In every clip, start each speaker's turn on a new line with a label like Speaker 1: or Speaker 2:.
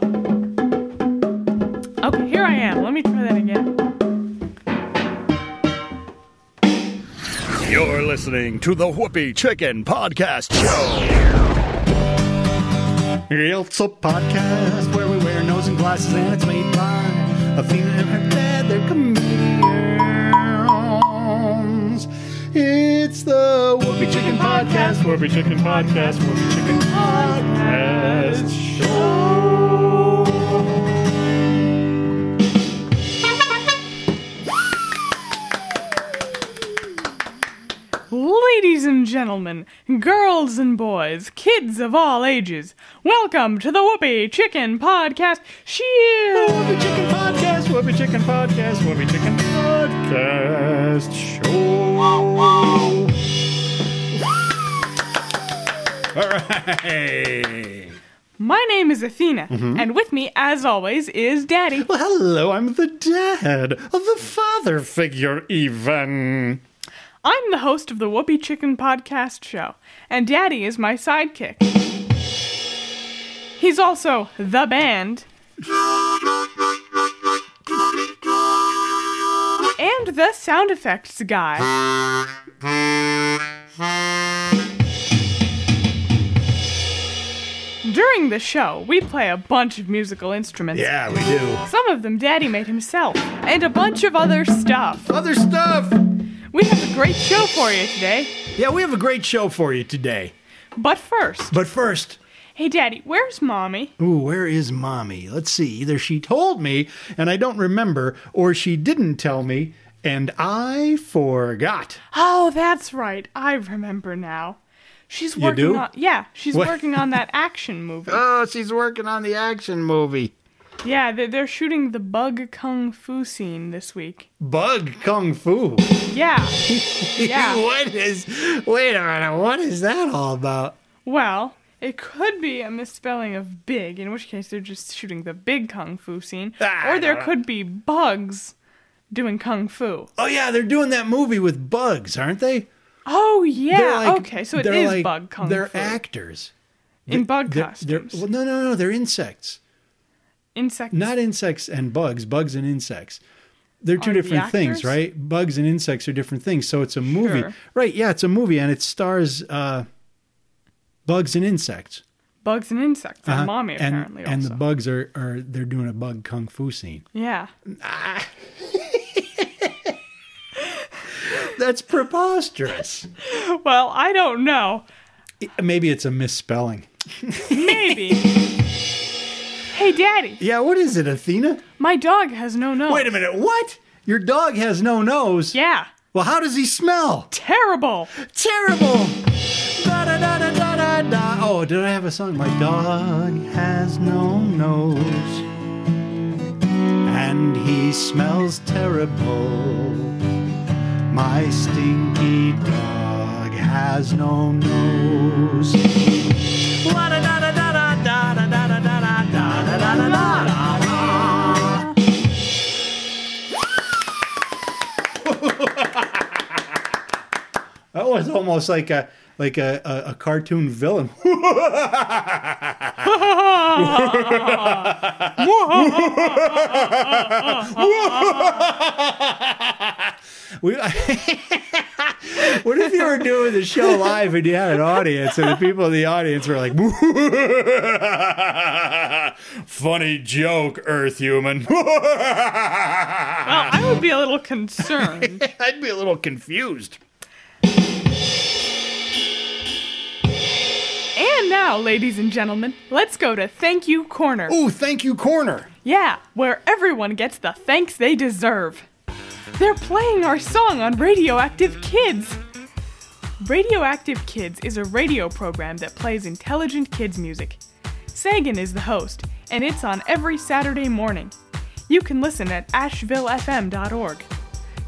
Speaker 1: Okay, Oh, here I am. Let me try that again.
Speaker 2: You're listening to the Whoopi Chicken Podcast Show.
Speaker 3: It's a podcast where we wear nose and glasses, and it's made by a few of her feather comedians. It's the Whoopi Chicken Podcast, Whoopi Chicken Podcast, Whoopi Chicken Podcast Show.
Speaker 1: Ladies and gentlemen, girls and boys, kids of all ages, welcome to the Whoopi Chicken Podcast. Cheers!
Speaker 3: Whoopi Chicken Podcast, Whoopi Chicken Podcast, Whoopi Chicken Podcast Show. All right.
Speaker 1: My name is Athena, and with me, as always, is Daddy.
Speaker 3: Well, hello, I'm the dad of the father figure, even.
Speaker 1: I'm the host of the Whoopi Chicken Podcast Show, and Daddy is my sidekick. He's also the band. And the sound effects guy. During the show, we play a bunch of musical instruments.
Speaker 3: Yeah, we do.
Speaker 1: Some of them Daddy made himself, and a bunch of other stuff.
Speaker 3: Other stuff.
Speaker 1: We have a great show for you today.
Speaker 3: Yeah, we have a great show for you today.
Speaker 1: But first,
Speaker 3: But first,
Speaker 1: hey Daddy, where's Mommy?
Speaker 3: Ooh, where is mommy? Let's see. Either she told me and I don't remember, or she didn't tell me and I forgot.
Speaker 1: Oh, that's right. I remember now. She's working
Speaker 3: do?
Speaker 1: on yeah, she's
Speaker 3: What?
Speaker 1: working on that action movie.
Speaker 3: Oh, she's working on the action movie.
Speaker 1: Yeah, they're, they're shooting the bug kung fu scene this week.
Speaker 3: Bug Kung Fu.
Speaker 1: Yeah, yeah.
Speaker 3: what is. Wait a minute. What is that all about?
Speaker 1: Well, it could be a misspelling of big, in which case they're just shooting the big kung fu scene,
Speaker 3: Ah,
Speaker 1: or there
Speaker 3: no.
Speaker 1: could be bugs doing kung fu.
Speaker 3: Oh, yeah, they're doing that movie with bugs, aren't they?
Speaker 1: Oh
Speaker 3: They're
Speaker 1: yeah,
Speaker 3: like-
Speaker 1: okay, so it
Speaker 3: they're
Speaker 1: is
Speaker 3: like-
Speaker 1: bug kung
Speaker 3: They're
Speaker 1: fu
Speaker 3: actors.
Speaker 1: in bug
Speaker 3: They're- they're-
Speaker 1: costumes.
Speaker 3: well, no, no, no. They're insects.
Speaker 1: Insects.
Speaker 3: not insects and bugs bugs and insects they're two
Speaker 1: Are the
Speaker 3: different things
Speaker 1: actors?
Speaker 3: right bugs and insects are different things so it's a movie
Speaker 1: Sure.
Speaker 3: right yeah it's a movie and it stars uh, bugs and insects
Speaker 1: bugs and insects.
Speaker 3: Uh-huh.
Speaker 1: And mommy
Speaker 3: and,
Speaker 1: apparently
Speaker 3: and
Speaker 1: also.
Speaker 3: the bugs are, are they're doing a bug kung fu scene
Speaker 1: yeah.
Speaker 3: that's preposterous
Speaker 1: Well, I don't know.
Speaker 3: maybe it's a misspelling
Speaker 1: Maybe. hey, Daddy,
Speaker 3: yeah what is it athena
Speaker 1: my dog has no nose.
Speaker 3: wait a minute what your dog has no nose
Speaker 1: Yeah,
Speaker 3: well how does he smell
Speaker 1: terrible.
Speaker 3: terrible. Da, da, da, da, da, da, da. Oh, did I have a song? My dog has no nose, and he smells terrible. My stinky dog has no nose. La, da, da, da, da, da, da, da, da, da, da, da, da, da, da, da, da, da. That was almost like a like a, a, a cartoon villain. Uh, We, what if you were doing the show live and you had an audience and the people in the audience were like, funny joke, Earth human?
Speaker 1: Well, I would be a little concerned.
Speaker 3: I'd be a little confused.
Speaker 1: and now, ladies and gentlemen, let's go to Thank You Corner.
Speaker 3: Ooh, thank you, corner.
Speaker 1: Yeah, where everyone gets the thanks they deserve. They're playing our song on Radioactive Kids. Radioactive Kids is a radio program that plays intelligent kids' music. Sagan is the host, and it's on every Saturday morning. You can listen at ashevillefm.org.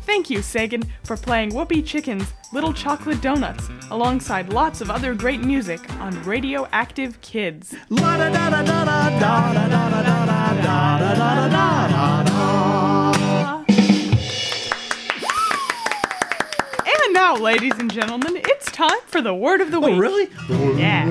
Speaker 1: Thank you, Sagan, for playing Whoopi Chicken's Little Chocolate Donuts alongside lots of other great music on Radioactive Kids.
Speaker 3: La da da da da da da da da da da da da da da da da.
Speaker 1: And now, ladies and gentlemen, it's time for the word of the week.
Speaker 3: Oh, really?
Speaker 1: Yeah.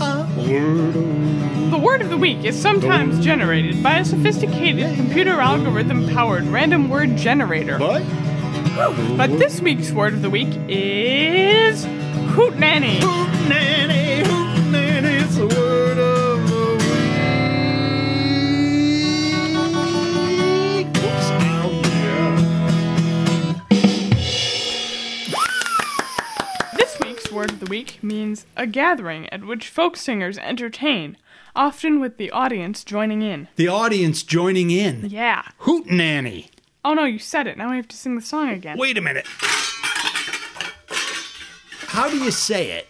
Speaker 3: Uh,
Speaker 1: The word word of the week is sometimes generated by a sophisticated computer algorithm powered random word generator.
Speaker 4: What?
Speaker 1: But this week's word of the week is hootenanny.
Speaker 3: Hootenanny, hootenanny, it's the word of the week. Whoops, ow, yeah.
Speaker 1: This week's word of the week means a gathering at which folk singers entertain, often with the audience joining in.
Speaker 3: The audience joining in.
Speaker 1: Yeah.
Speaker 3: Hootenanny.
Speaker 1: Oh no, you said it. Now we have to sing the song again.
Speaker 3: Wait a minute. How do you say it?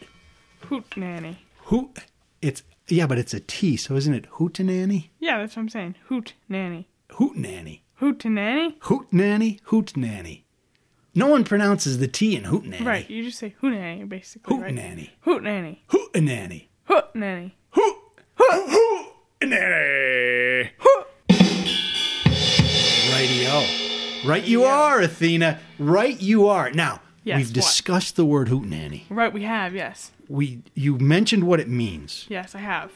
Speaker 1: Hootenanny.
Speaker 3: Hoot. It's yeah, but it's a T, so isn't it hootenanny?
Speaker 1: Yeah, that's what I'm saying. Hoot nanny.
Speaker 3: Hootenanny.
Speaker 1: Hoot nanny?
Speaker 3: Hootenanny, hootenanny. No one pronounces the T in hootenanny.
Speaker 1: Right. You just say hoot nanny basically. right?
Speaker 3: Hootenanny.
Speaker 1: Hoot nanny.
Speaker 3: Hootenanny.
Speaker 1: Hoot nanny.
Speaker 3: Hoot. Hoot. Hootenanny.
Speaker 1: Hoot.
Speaker 3: Rightio. Right you are, Athena. Right you are. Now,
Speaker 1: Yes,
Speaker 3: we've
Speaker 1: what?
Speaker 3: discussed the word hootenanny.
Speaker 1: Right, we have, yes.
Speaker 3: We you mentioned what it means.
Speaker 1: Yes, I have.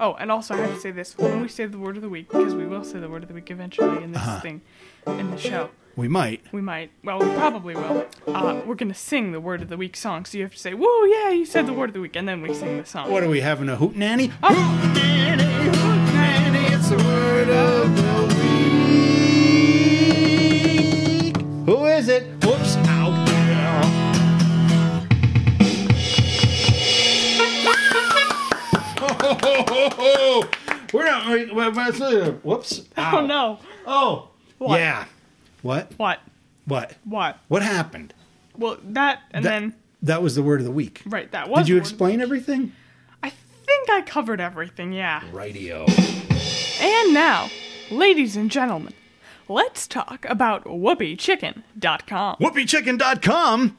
Speaker 1: Oh, and also I have to say this when we say the word of the week, because we will say the word of the week eventually in this
Speaker 3: Uh-huh.
Speaker 1: thing, in the show.
Speaker 3: We might.
Speaker 1: We might. Well, we probably will. Uh, we're gonna sing the word of the week song, so you have to say, "Whoa, yeah, you said the word of the week," and then we sing the song.
Speaker 3: What are we having a hootenanny?
Speaker 1: Oh.
Speaker 3: Hootenanny, hootenanny, it's the word of the week. Who is it? Whoops, ow. Ho, ho, ho, ho. We're not. we- we- we- Whoops.
Speaker 1: Oh
Speaker 3: Ow.
Speaker 1: no!
Speaker 3: Oh.
Speaker 1: What?
Speaker 3: Yeah. What?
Speaker 1: What?
Speaker 3: What?
Speaker 1: What?
Speaker 3: What happened?
Speaker 1: Well, that and
Speaker 3: That-
Speaker 1: then
Speaker 3: That was the word of the week.
Speaker 1: right. That was.
Speaker 3: Did you
Speaker 1: word of the
Speaker 3: explain everything?
Speaker 1: week. I think I covered everything. Yeah.
Speaker 3: Radio.
Speaker 1: And now, ladies and gentlemen, let's talk about WhoopieChicken.com.
Speaker 4: WhoopieChicken.com.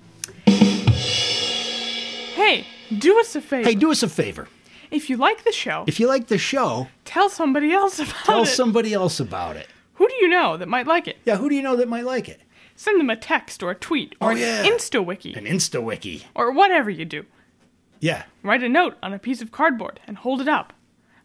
Speaker 1: Hey, do us a favor.
Speaker 3: Hey, do us a favor.
Speaker 1: if you like the show,
Speaker 3: If you like the show,
Speaker 1: tell somebody else about
Speaker 3: tell
Speaker 1: it.
Speaker 3: somebody else about it.
Speaker 1: Who do you know that might like it?
Speaker 3: Yeah, who do you know that might like it?
Speaker 1: Send them a text or a tweet or
Speaker 3: Oh,
Speaker 1: an
Speaker 3: yeah.
Speaker 1: InstaWiki.
Speaker 3: An InstaWiki.
Speaker 1: or whatever you do.
Speaker 3: Yeah.
Speaker 1: Write a note on a piece of cardboard and hold it up.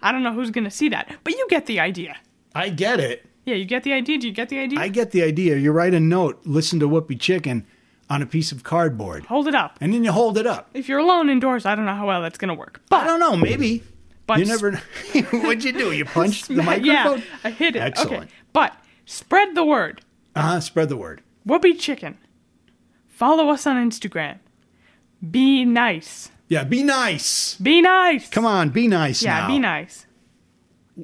Speaker 1: I don't know who's going to see that, but you get the idea.
Speaker 3: I get it.
Speaker 1: Yeah, you get the idea. Do you get the idea?
Speaker 3: I get the idea. You write a note, listen to Whoopi Chicken on a piece of cardboard,
Speaker 1: hold it up.
Speaker 3: and then you hold it up.
Speaker 1: If you're alone indoors, I don't know how well that's going to work. But
Speaker 3: I don't know, maybe.
Speaker 1: But
Speaker 3: you never What'd you do? You punched the microphone?
Speaker 1: yeah, I hit it.
Speaker 3: Excellent.
Speaker 1: Okay. But spread the word.
Speaker 3: Uh-huh, spread the word.
Speaker 1: Whoopi Chicken. Follow us on Instagram. Be nice.
Speaker 3: Yeah, be nice.
Speaker 1: Be nice.
Speaker 3: Come on, be nice
Speaker 1: yeah,
Speaker 3: now.
Speaker 1: be nice.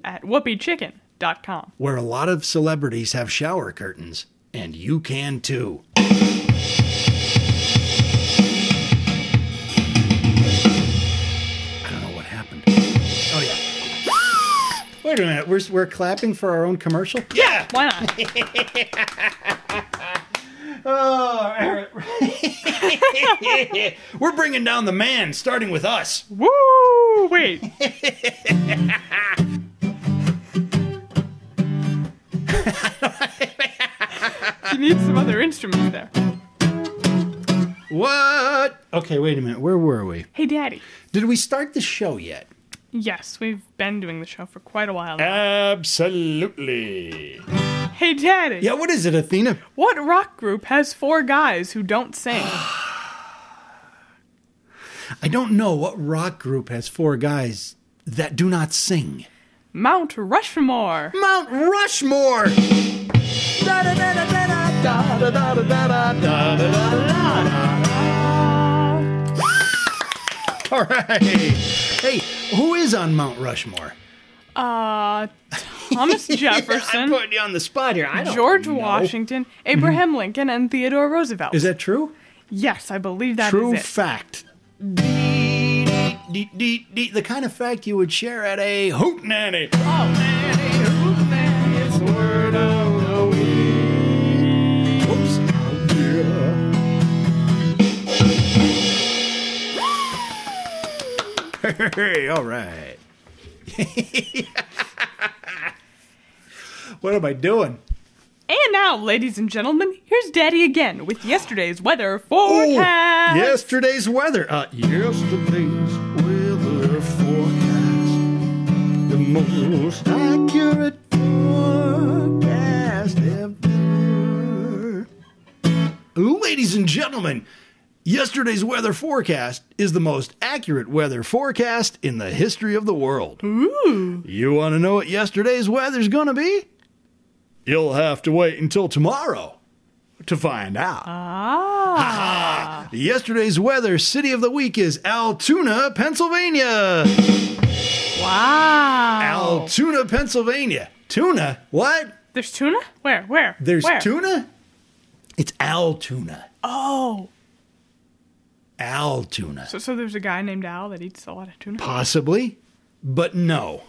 Speaker 1: At whoopichicken.com.
Speaker 3: Where a lot of celebrities have shower curtains, and you can too. I don't know what happened. Oh yeah. Wait a minute. We're we're clapping for our own commercial. Yeah.
Speaker 1: Why not?
Speaker 3: Oh, Eric. we're bringing down the man, starting with us.
Speaker 1: Woo! Wait. you need some other instruments there.
Speaker 3: What? Okay, wait a minute. Where were we?
Speaker 1: Hey, Daddy.
Speaker 3: Did we start the show yet?
Speaker 1: Yes, we've been doing the show for quite a while. now.
Speaker 4: Absolutely.
Speaker 1: hey, Daddy.
Speaker 3: Yeah. What is it, Athena?
Speaker 1: What rock group has four guys who don't sing?
Speaker 3: I don't know what rock group has four guys that do not sing.
Speaker 1: Mount Rushmore.
Speaker 3: Mount Rushmore. Ah. All right. Hey, who is on Mount Rushmore?
Speaker 1: Uh, Thomas
Speaker 3: I'm
Speaker 1: Jefferson,
Speaker 3: putting you on the spot here. I don't
Speaker 1: George
Speaker 3: know.
Speaker 1: Washington, Abraham Lincoln, and Theodore Roosevelt.
Speaker 3: Is that true?
Speaker 1: yes, I believe that is
Speaker 3: true
Speaker 1: it.
Speaker 3: fact. Dee, dee, dee, dee, The kind of fact you would share at a hootenanny. Oh, Hootenanny, it's the word of the week. Oops. Oh, yeah. Hey, all right. what am I doing?
Speaker 1: And now, ladies and gentlemen, here's Daddy again with yesterday's weather forecast.
Speaker 3: Yesterday's weather. Uh, yesterday's weather forecast. The most
Speaker 5: most accurate forecast ever.
Speaker 3: Ladies and gentlemen, yesterday's weather forecast is the most accurate weather forecast in the history of the world.
Speaker 1: Ooh.
Speaker 3: You want to know what yesterday's weather's going to be? You'll have to wait until tomorrow to find out.
Speaker 1: Ah.
Speaker 3: Yesterday's weather city of the week is Altoona, Pennsylvania.
Speaker 1: Wow.
Speaker 3: Altoona, Pennsylvania. Tuna? What?
Speaker 1: There's tuna? Where? Where?
Speaker 3: There's
Speaker 1: Where?
Speaker 3: tuna? It's Altoona.
Speaker 1: Oh.
Speaker 3: Altoona.
Speaker 1: So, so there's a guy named Al that eats a lot of tuna.
Speaker 3: Possibly, but no.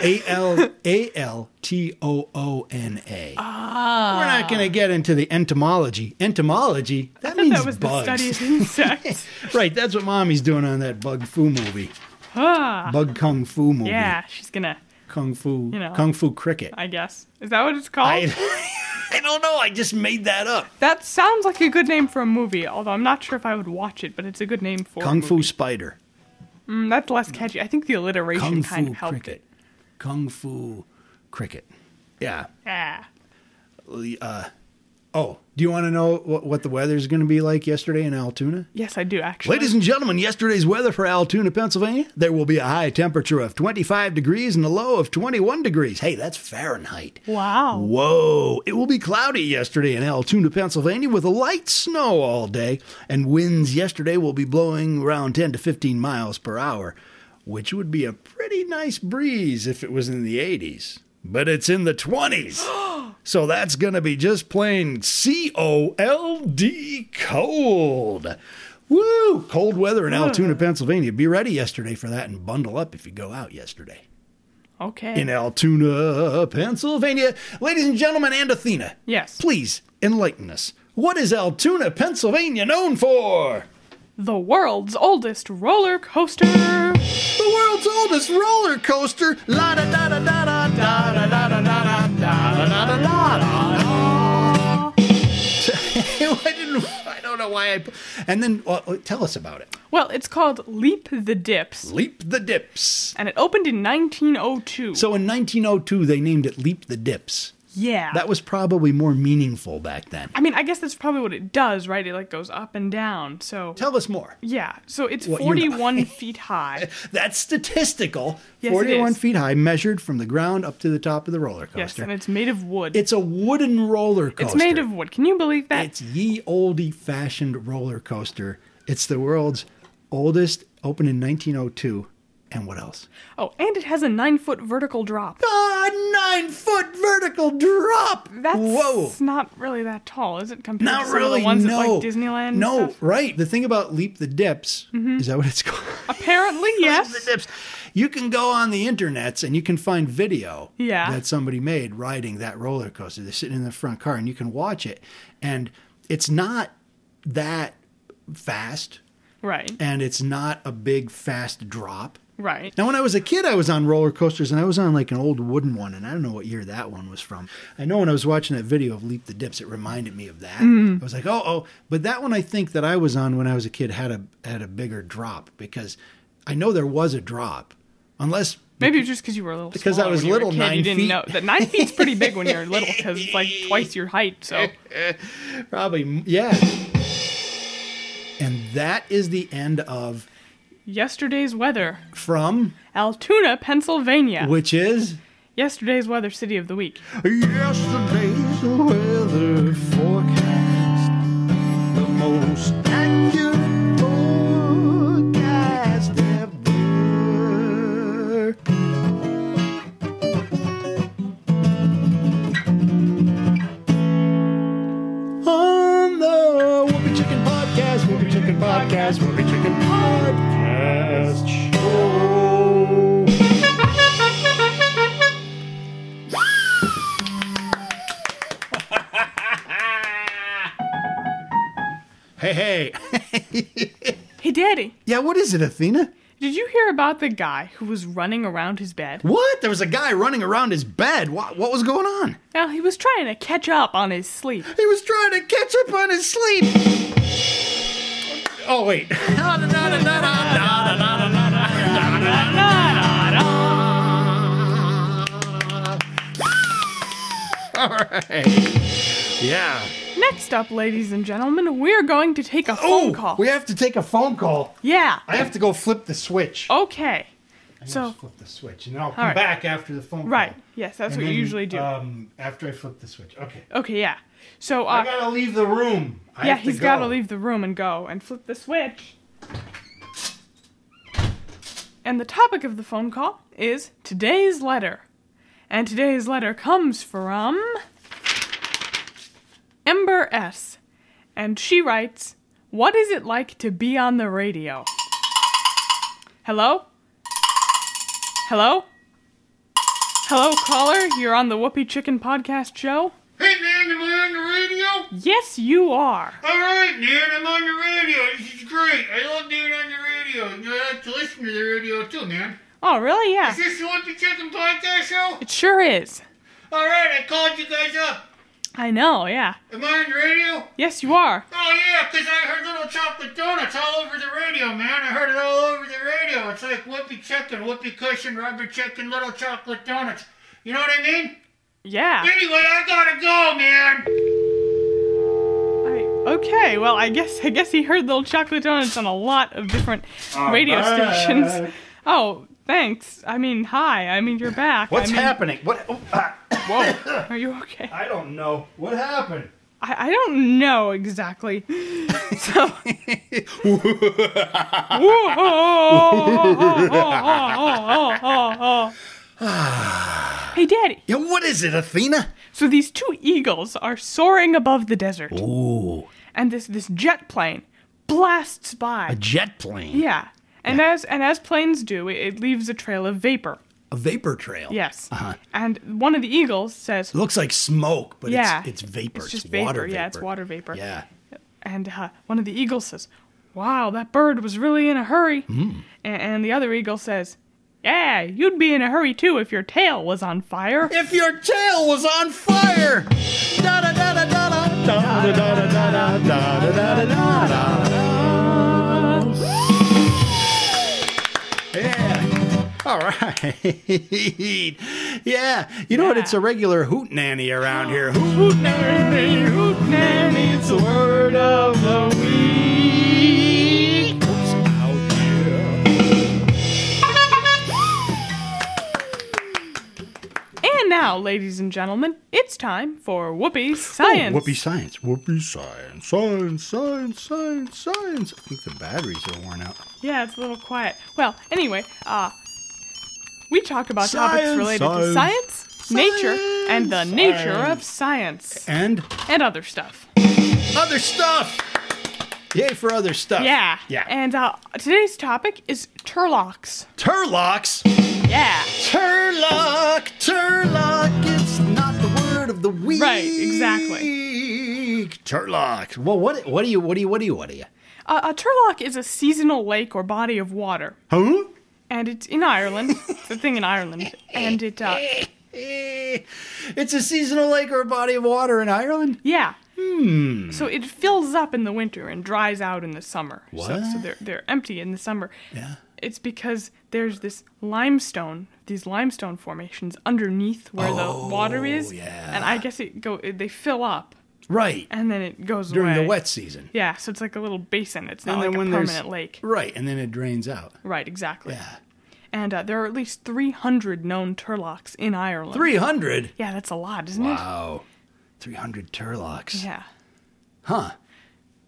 Speaker 3: A L A L T O O N A.
Speaker 1: Ah.
Speaker 3: We're not going to get into the entomology. Entomology? That means
Speaker 1: that was
Speaker 3: bugs.
Speaker 1: the study of insects.
Speaker 3: Right, that's what mommy's doing on that Bug Fu movie.
Speaker 1: ah.
Speaker 3: Bug Kung Fu movie.
Speaker 1: Yeah, she's gonna.
Speaker 3: Kung Fu.
Speaker 1: You know.
Speaker 3: Kung Fu Cricket.
Speaker 1: I guess is that what it's called?
Speaker 3: I, I don't know. I just made that up.
Speaker 1: That sounds like a good name for a movie, although I'm not sure if I would watch it, but it's a good name for a
Speaker 3: Kung
Speaker 1: movie.
Speaker 3: Fu Spider.
Speaker 1: Mm, that's less catchy. I think the alliteration
Speaker 3: Kung
Speaker 1: kind
Speaker 3: Fu
Speaker 1: of helped
Speaker 3: Cricket.
Speaker 1: it.
Speaker 3: Kung Fu Cricket. Yeah.
Speaker 1: Yeah.
Speaker 3: Uh, oh, do you want to know what, what the weather's going to be like yesterday in Altoona?
Speaker 1: Yes, I do actually.
Speaker 3: Ladies and gentlemen, yesterday's weather for Altoona, Pennsylvania, there will be a high temperature of 25 degrees and a low of 21 degrees. Hey, that's Fahrenheit.
Speaker 1: Wow.
Speaker 3: Whoa, it will be cloudy yesterday in Altoona, Pennsylvania, with a light snow all day, and winds yesterday will be blowing around 10 to 15 miles per hour, which would be a pretty nice breeze if it was in the 80s. But it's in the 20s. So that's going to be just plain C O L D cold. Woo! Cold weather in Altoona, Pennsylvania. Be ready yesterday for that and bundle up if you go out yesterday
Speaker 1: Okay.
Speaker 3: in Altoona, Pennsylvania. Ladies and gentlemen, and Athena,
Speaker 1: yes.
Speaker 3: please enlighten us. What is Altoona, Pennsylvania known for?
Speaker 1: The world's oldest roller coaster.
Speaker 3: The world's oldest roller coaster. La da da da da da da da da da da da da da da da da. I didn't. I don't know why I. put- And then uh, uh, tell us about it.
Speaker 1: Well, it's called Leap the Dips,
Speaker 3: Leap the Dips.
Speaker 1: and it opened in 1902.
Speaker 3: So in 1902, they named it Leap the Dips.
Speaker 1: yeah.
Speaker 3: That was probably more meaningful back then.
Speaker 1: I mean, I guess that's probably what it does, right? It like goes up and down. So
Speaker 3: Tell us more.
Speaker 1: yeah. So it's
Speaker 3: What, you know.
Speaker 1: 41 feet high.
Speaker 3: That's statistical.
Speaker 1: Yes, it
Speaker 3: 41
Speaker 1: is.
Speaker 3: feet high, measured from the ground up to the top of the roller
Speaker 1: Yes,
Speaker 3: coaster.
Speaker 1: and it's made of wood.
Speaker 3: it's a wooden roller coaster.
Speaker 1: It's made of wood. Can you believe that?
Speaker 3: It's ye olde fashioned roller coaster. It's the world's oldest, opened in 1902. And what else?
Speaker 1: oh, and it has a nine foot vertical drop.
Speaker 3: Ah, nine foot vertical drop.
Speaker 1: That's
Speaker 3: Whoa.
Speaker 1: not really that tall, is it? Compared
Speaker 3: Not
Speaker 1: to some
Speaker 3: really.
Speaker 1: of the ones
Speaker 3: no.
Speaker 1: at like Disneyland. and
Speaker 3: No,
Speaker 1: stuff? Mm-hmm.
Speaker 3: right. The thing about Leap the Dips is that what it's called?
Speaker 1: Apparently,
Speaker 3: the
Speaker 1: yes.
Speaker 3: dips. You can go on the internets and you can find video
Speaker 1: Yeah.
Speaker 3: that somebody made riding that roller coaster. They're sitting in the front car and you can watch it. And it's not that fast
Speaker 1: Right.
Speaker 3: and it's not a big fast drop.
Speaker 1: Right.
Speaker 3: Now, when I was a kid, I was on roller coasters and I was on like an old wooden one, and I don't know what year that one was from. I know when I was watching that video of Leap the Dips, it reminded me of that. I was like, oh, oh, but that one I think that I was on when I was a kid had a had a bigger drop because I know there was a drop, unless
Speaker 1: Maybe it's just because you were a little
Speaker 3: Because I
Speaker 1: smaller
Speaker 3: was
Speaker 1: when you were a
Speaker 3: little,
Speaker 1: kid,
Speaker 3: nine
Speaker 1: you didn't
Speaker 3: feet.
Speaker 1: know that nine feet's pretty big when you're little because it's like twice your height. So
Speaker 3: probably yeah. And that is the end of
Speaker 1: yesterday's weather,
Speaker 3: from
Speaker 1: Altoona, Pennsylvania.
Speaker 3: which is
Speaker 1: yesterday's weather city of the week.
Speaker 3: Yesterday's weather forecast, the most accurate forecast ever. On the Whoopi Chicken Podcast, Whoopi Chicken Podcast, Whoopi Chicken Podcast Show. Hey, hey.
Speaker 1: Hey, Daddy,
Speaker 3: yeah, what is it, Athena?
Speaker 1: did you hear about the guy who was running around his bed?
Speaker 3: What? There was a guy running around his bed. What, what was going on?
Speaker 1: Now he was trying to catch up on his sleep.
Speaker 3: He was trying to catch up on his sleep. Oh, wait. All right. Yeah.
Speaker 1: Next up, ladies and gentlemen, we're going to take a phone call.
Speaker 3: Oh, we have to take a phone call.
Speaker 1: yeah.
Speaker 3: I have to go flip the switch.
Speaker 1: okay. Oh, So,
Speaker 3: Just flip the switch, and then I'll come
Speaker 1: right.
Speaker 3: back after the phone.
Speaker 1: right.
Speaker 3: call.
Speaker 1: Yes, that's
Speaker 3: And
Speaker 1: what you
Speaker 3: then,
Speaker 1: usually do.
Speaker 3: Um, after I flip the switch. Okay.
Speaker 1: okay, yeah. So,
Speaker 3: I
Speaker 1: uh,
Speaker 3: gotta leave the room. I
Speaker 1: yeah,
Speaker 3: have to
Speaker 1: he's
Speaker 3: go.
Speaker 1: got to leave the room and go and flip the switch. And the topic of the phone call is today's letter. And today's letter comes from Ember S. And she writes, What is it like to be on the radio? Hello? Hello? Hello, caller. You're on the Whoopee Chicken Podcast Show?
Speaker 6: Hey man, am I on the radio?
Speaker 1: Yes, you are.
Speaker 6: Alright, man, I'm on the radio. This is great. I love being on the radio. And I like to listen to the radio too, man.
Speaker 1: Oh, really? Yeah.
Speaker 6: Is this the Olympic Chicken Podcast show?
Speaker 1: It sure is.
Speaker 6: Alright, I called you guys up.
Speaker 1: I know, yeah.
Speaker 6: Am I on the radio?
Speaker 1: Yes, you are.
Speaker 6: Oh yeah, 'cause I heard little chocolate donuts all over the radio, man. I heard it all over the radio. It's like whoopee chicken, whoopee cushion, rubber chicken, little chocolate donuts. You know what I mean?
Speaker 1: Yeah.
Speaker 6: Anyway, I gotta go, man.
Speaker 1: I- okay, well, I guess I guess he heard Little Chocolate Donuts on a lot of different radio
Speaker 3: back.
Speaker 1: stations. Oh, thanks. I mean, hi. I mean, you're back.
Speaker 3: What's
Speaker 1: I mean,
Speaker 3: happening? What? oh, ah,
Speaker 1: Whoa. Are you okay?
Speaker 3: I don't know. What happened?
Speaker 1: I, I don't know exactly. So. hey, Daddy.
Speaker 3: Yeah, what is it, Athena?
Speaker 1: So these two eagles are soaring above the desert.
Speaker 3: Ooh,
Speaker 1: and this this jet plane blasts by.
Speaker 3: jet plane.
Speaker 1: yeah. And as and as planes do, it, it leaves a trail of vapor.
Speaker 3: A vapor trail.
Speaker 1: Yes.
Speaker 3: Uh-huh.
Speaker 1: And one of the eagles says,
Speaker 3: It looks like smoke, but
Speaker 1: "Yeah,
Speaker 3: it's, it's vapor.
Speaker 1: It's just vapor.
Speaker 3: water vapor.
Speaker 1: Yeah, it's water vapor.
Speaker 3: Yeah.
Speaker 1: And uh, one of the eagles says, "Wow, that bird was really in a hurry."
Speaker 3: Hmm.
Speaker 1: Mm. And, the other eagle says, "Yeah, you'd be in a hurry too if your tail was on fire."
Speaker 3: If your tail was on fire. Da da da da da da da da da da da da da da da Yeah. All right. yeah. You know what?
Speaker 1: Yeah.
Speaker 3: It's a regular hoot nanny around here. Hoot nanny, hoot nanny. It's the word of the week. Oops, out here.
Speaker 1: And now, ladies and gentlemen, it's time for Whoopi's science.
Speaker 3: Oh, whoopee science. Whoopee science. Science, science, science, science. I think the batteries are worn out.
Speaker 1: Yeah, it's a little quiet. Well, anyway, uh, we talk about topics
Speaker 3: Science,
Speaker 1: related to
Speaker 3: science.
Speaker 1: science, nature, and the
Speaker 3: Science.
Speaker 1: nature of science
Speaker 3: And
Speaker 1: and other stuff.
Speaker 3: other stuff. Yay for other stuff.
Speaker 1: Yeah.
Speaker 3: Yeah.
Speaker 1: And uh, today's topic is turlocks.
Speaker 3: Turlocks.
Speaker 1: Yeah.
Speaker 3: Turlock, turlock, it's not the word of the week.
Speaker 1: Right, exactly.
Speaker 3: Turlock. Well, what, what do you, what do you, what do you, what do you?
Speaker 1: Uh, a turlock is a seasonal lake or body of water,
Speaker 3: Huh?
Speaker 1: and it's in Ireland. it's a thing in Ireland, and it. Uh,
Speaker 3: Eh, It's a seasonal lake or a body of water in Ireland.
Speaker 1: Yeah.
Speaker 3: Hmm.
Speaker 1: So it fills up in the winter and dries out in the summer. So, so
Speaker 3: What?
Speaker 1: they're they're empty in the summer.
Speaker 3: Yeah.
Speaker 1: It's because there's this limestone, these limestone formations underneath where the water is,
Speaker 3: Oh, yeah.
Speaker 1: and I guess it go it, they fill up
Speaker 3: Right.
Speaker 1: and then it goes
Speaker 3: During
Speaker 1: away.
Speaker 3: the wet season.
Speaker 1: Yeah, so it's like a little basin. It's not
Speaker 3: And then
Speaker 1: like a
Speaker 3: when there's-
Speaker 1: permanent lake.
Speaker 3: Right, and then it drains out.
Speaker 1: Right, exactly.
Speaker 3: Yeah.
Speaker 1: And uh, there are at least 300 known turlocks in Ireland.
Speaker 3: 300?
Speaker 1: Yeah, that's a lot, isn't
Speaker 3: Wow. 300 turlocks.
Speaker 1: it? Yeah.
Speaker 3: Huh.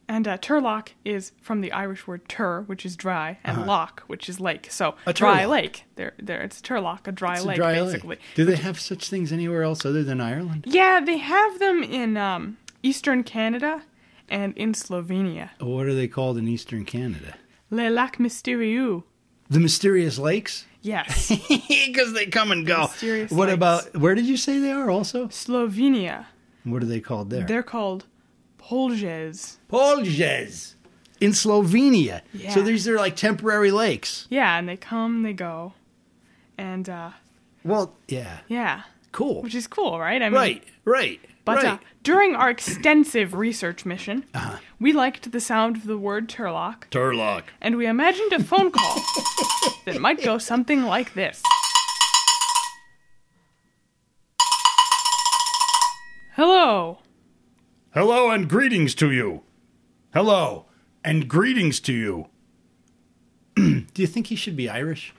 Speaker 1: And uh, turlock is from the Irish word tur, which is dry, and lock, which is lake. So
Speaker 3: Uh-huh. A
Speaker 1: dry
Speaker 3: turlock.
Speaker 1: lake. There, there. It's turlock, a dry
Speaker 3: It's a
Speaker 1: lake,
Speaker 3: dry lake.
Speaker 1: basically.
Speaker 3: Do they have such things anywhere else other than Ireland?
Speaker 1: Yeah, they have them in um, eastern Canada and in Slovenia.
Speaker 3: What are they called in eastern Canada?
Speaker 1: Le lac mysterieux.
Speaker 3: The mysterious lakes?
Speaker 1: Yes,
Speaker 3: Because they come and go.
Speaker 1: Mysterious
Speaker 3: what
Speaker 1: lakes.
Speaker 3: about, where did you say they are also?
Speaker 1: Slovenia.
Speaker 3: What are they called there?
Speaker 1: They're called poljes.
Speaker 3: Poljes. In Slovenia.
Speaker 1: Yeah.
Speaker 3: So these are like temporary lakes.
Speaker 1: Yeah, and they come, they go, and uh,
Speaker 3: Well, yeah.
Speaker 1: yeah,
Speaker 3: Cool.
Speaker 1: which is cool, right? I mean,
Speaker 3: right, right.
Speaker 1: But
Speaker 3: right. Uh-huh.
Speaker 1: uh, during our extensive research mission, we liked the sound of the word turlock
Speaker 3: Turlock.
Speaker 1: and we imagined a phone call that might go something like this. Hello.
Speaker 3: Hello and greetings to you. Hello and greetings to you. Do you think he should be Irish?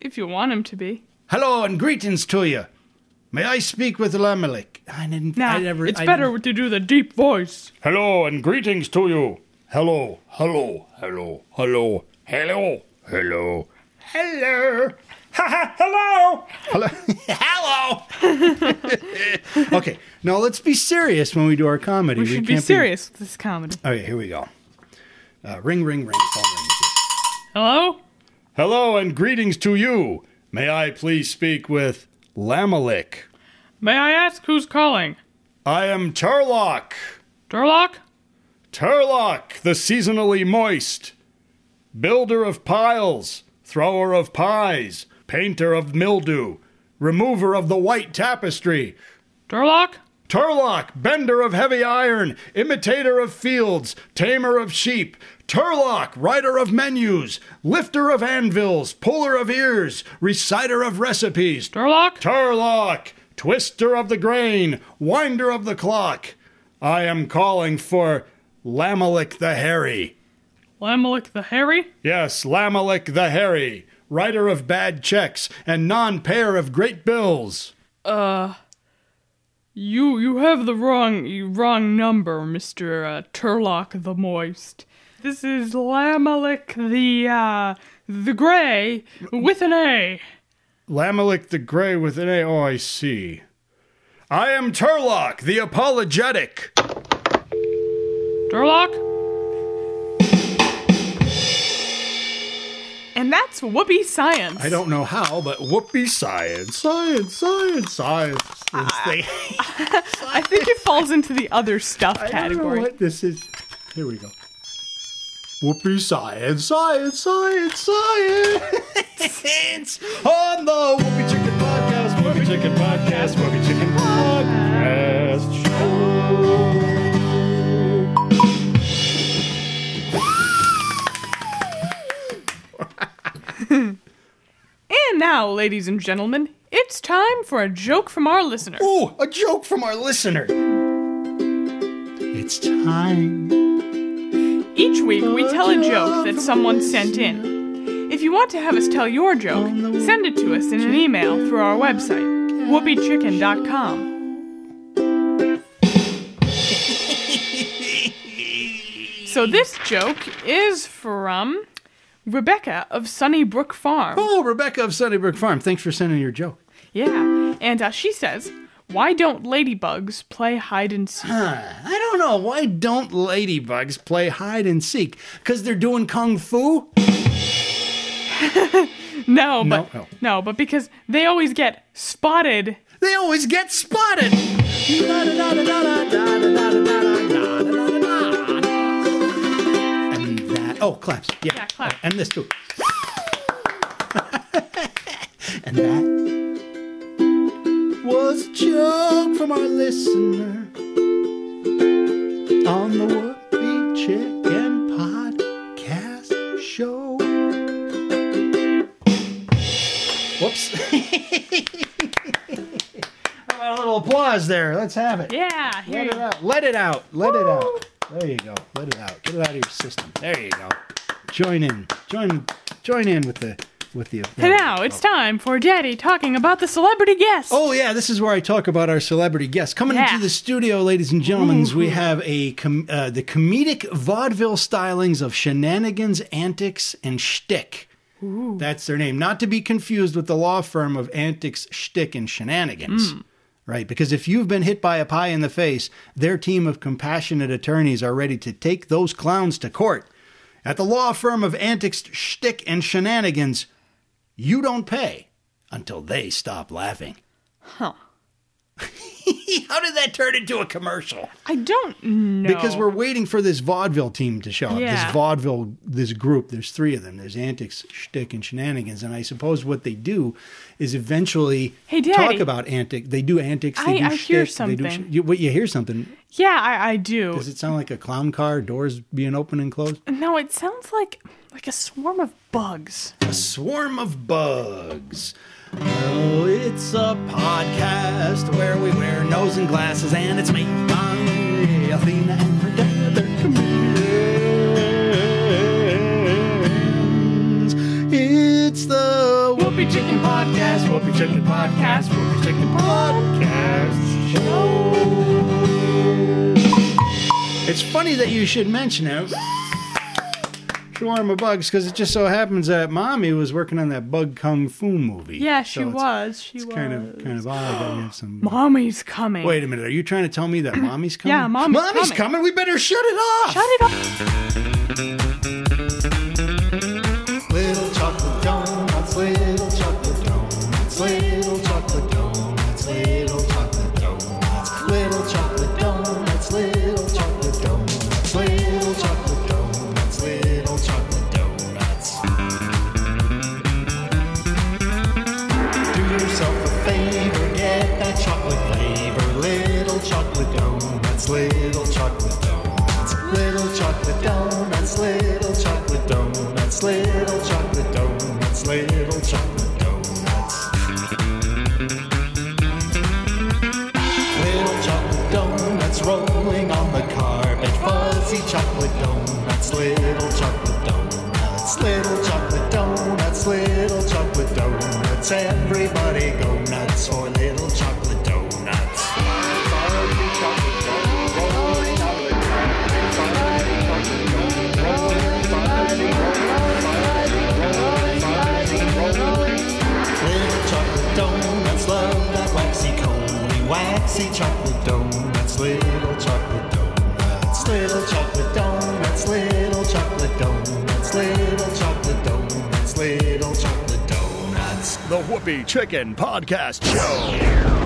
Speaker 1: If you want him to be.
Speaker 3: Hello and greetings to you. May I speak with Lamelik? I didn't.
Speaker 1: Nah,
Speaker 3: I never.
Speaker 1: it's
Speaker 3: I
Speaker 1: better
Speaker 3: didn't-
Speaker 1: to do the deep voice.
Speaker 3: Hello and greetings to you. Hello, hello, hello, hello, hello, hello, hello. Ha ha! Hello. Hello. hello. okay, now let's be serious when we do our comedy.
Speaker 1: We should be
Speaker 3: can't
Speaker 1: serious with this comedy.
Speaker 3: Okay, here we go. Uh, ring, ring, ring. Phone rings.
Speaker 1: Hello?
Speaker 3: Hello and greetings to you. May I please speak with Lamelik?
Speaker 1: May I ask who's calling?
Speaker 3: I am Turlock.
Speaker 1: Durlock?
Speaker 3: Turlock, the seasonally moist, builder of piles, thrower of pies, painter of mildew, remover of the white tapestry,
Speaker 1: Durlock?
Speaker 3: Turlock, bender of heavy iron, imitator of fields, tamer of sheep, Turlock, writer of menus, lifter of anvils, puller of ears, reciter of recipes,
Speaker 1: Durlock?
Speaker 3: Turlock, twister of the grain, winder of the clock. I am calling for Lamelik the Hairy.
Speaker 1: Lamelik the Hairy?
Speaker 3: Yes, Lamelik the Hairy, writer of bad checks and non payer of great bills.
Speaker 1: Uh you you have the wrong you- wrong number, Mr. Uh, Turlock the Moist. This is Lamelik the uh the Gray with an A.
Speaker 3: Lamelik the Grey with an A. Oh, I see. I am Turlock the Apologetic.
Speaker 1: Durlock? And that's Whoopi Science.
Speaker 3: I don't know how, but whoopee science, science, science, science. This thing.
Speaker 1: I think it falls into the other stuff
Speaker 3: I don't know
Speaker 1: category.
Speaker 3: what this is. Here we go. Whoopee science, science, science, science. On the Whoopee Chicken Podcast, Whoopee Chicken Podcast, Whoopee Chicken Podcast Show.
Speaker 1: And now, ladies and gentlemen, it's time for a joke from our listener.
Speaker 3: Ooh, a joke from our listener.
Speaker 5: It's time.
Speaker 1: Each week, we tell a joke that someone sent in. If you want to have us tell your joke, send it to us in an email through our website, whoopeechicken.com. So this joke is from Rebecca of Sunnybrook Farm.
Speaker 3: Oh, Rebecca of Sunnybrook Farm, thanks for sending your joke.
Speaker 1: Yeah, and uh, she says, "Why don't ladybugs play hide and seek?"
Speaker 3: Ah, I don't know. Why don't ladybugs play hide and seek? Because they're doing kung fu?
Speaker 1: No, but
Speaker 3: No.
Speaker 1: no. but because they always get spotted.
Speaker 3: They always get spotted. And that. Oh, claps. Yeah.
Speaker 1: Yeah, clap.
Speaker 3: And this too. and that was a joke from our listener on the Whoopee Chicken Podcast Show. Whoops. How about a little applause there? Let's have it.
Speaker 1: Yeah, here
Speaker 3: Let
Speaker 1: you
Speaker 3: it out. Let it out. Let it out. There you go. Let it out. Get it out of your system. There you go. Join in. Join. Join in with the with the.
Speaker 1: And now it's time for Daddy talking about the celebrity guest.
Speaker 3: Oh yeah, this is where I talk about our celebrity guests coming
Speaker 1: Yeah.
Speaker 3: into the studio, ladies and gentlemen. We have a com- uh, the comedic vaudeville stylings of shenanigans, antics, and shtick. That's their name, not to be confused with the law firm of antics, shtick, and shenanigans.
Speaker 1: Hmm.
Speaker 3: Right, because if you've been hit by a pie in the face, their team of compassionate attorneys are ready to take those clowns to court. At the law firm of antics, shtick, and shenanigans, you don't pay until they stop laughing. How did that turn into a commercial?
Speaker 1: I don't know.
Speaker 3: Because we're waiting for this vaudeville team to show up.
Speaker 1: Yeah.
Speaker 3: This vaudeville, this group. There's three of them. There's antics, shtick, and shenanigans. And I suppose what they do is eventually
Speaker 1: Hey, Daddy.
Speaker 3: talk about antics. They do antics.
Speaker 1: I-
Speaker 3: They do
Speaker 1: I hear
Speaker 3: shtick, They do
Speaker 1: something.
Speaker 3: sh- you, what, you hear something?
Speaker 1: yeah, I, I do.
Speaker 3: Does it sound like a clown car? Doors being open and closed?
Speaker 1: No, it sounds like like a swarm of bugs.
Speaker 3: A swarm of bugs.
Speaker 5: Well, Oh, it's a podcast where we wear nose and glasses, and it's made by Athena and her dad. They're comedians. It's the
Speaker 1: Whoopee Chicken Podcast,
Speaker 5: Whoopi Chicken Podcast, Whoopi Chicken Podcast Show.
Speaker 3: It's funny that you should mention it. Shawarma bugs, because it just so happens that mommy was working on that bug kung fu movie.
Speaker 1: Yeah, she
Speaker 3: So it's-
Speaker 1: was. She was.
Speaker 3: Kind of, kind of odd. that we have some.
Speaker 1: Mommy's coming.
Speaker 3: Wait a minute. Are you trying to tell me that mommy's coming?
Speaker 1: Yeah, mommy's
Speaker 3: mommy's
Speaker 1: coming.
Speaker 3: coming. We better shut it off.
Speaker 1: Shut it up.
Speaker 5: Little chocolate donuts, little chocolate donuts, little chocolate donuts, little chocolate donuts, little chocolate donuts, little chocolate donuts, little chocolate donuts, little chocolate donuts. Do yourself a favor, get that chocolate flavor, little chocolate donuts, little chocolate donuts, little chocolate donuts, little chocolate donuts, little chocolate donuts, little chocolate donuts. Little chocolate donuts rolling on the carpet. Fuzzy chocolate donuts, little chocolate donuts, little chocolate donuts, little chocolate donuts. Everybody go nuts for little chocolate donuts. Little chocolate donuts love that waxy coaly, waxy chocolate donuts, little chocolate donuts, little chocolate donuts, little chocolate donuts, little chocolate donuts, little chocolate donuts.
Speaker 3: The Whoopi Chicken Podcast Show.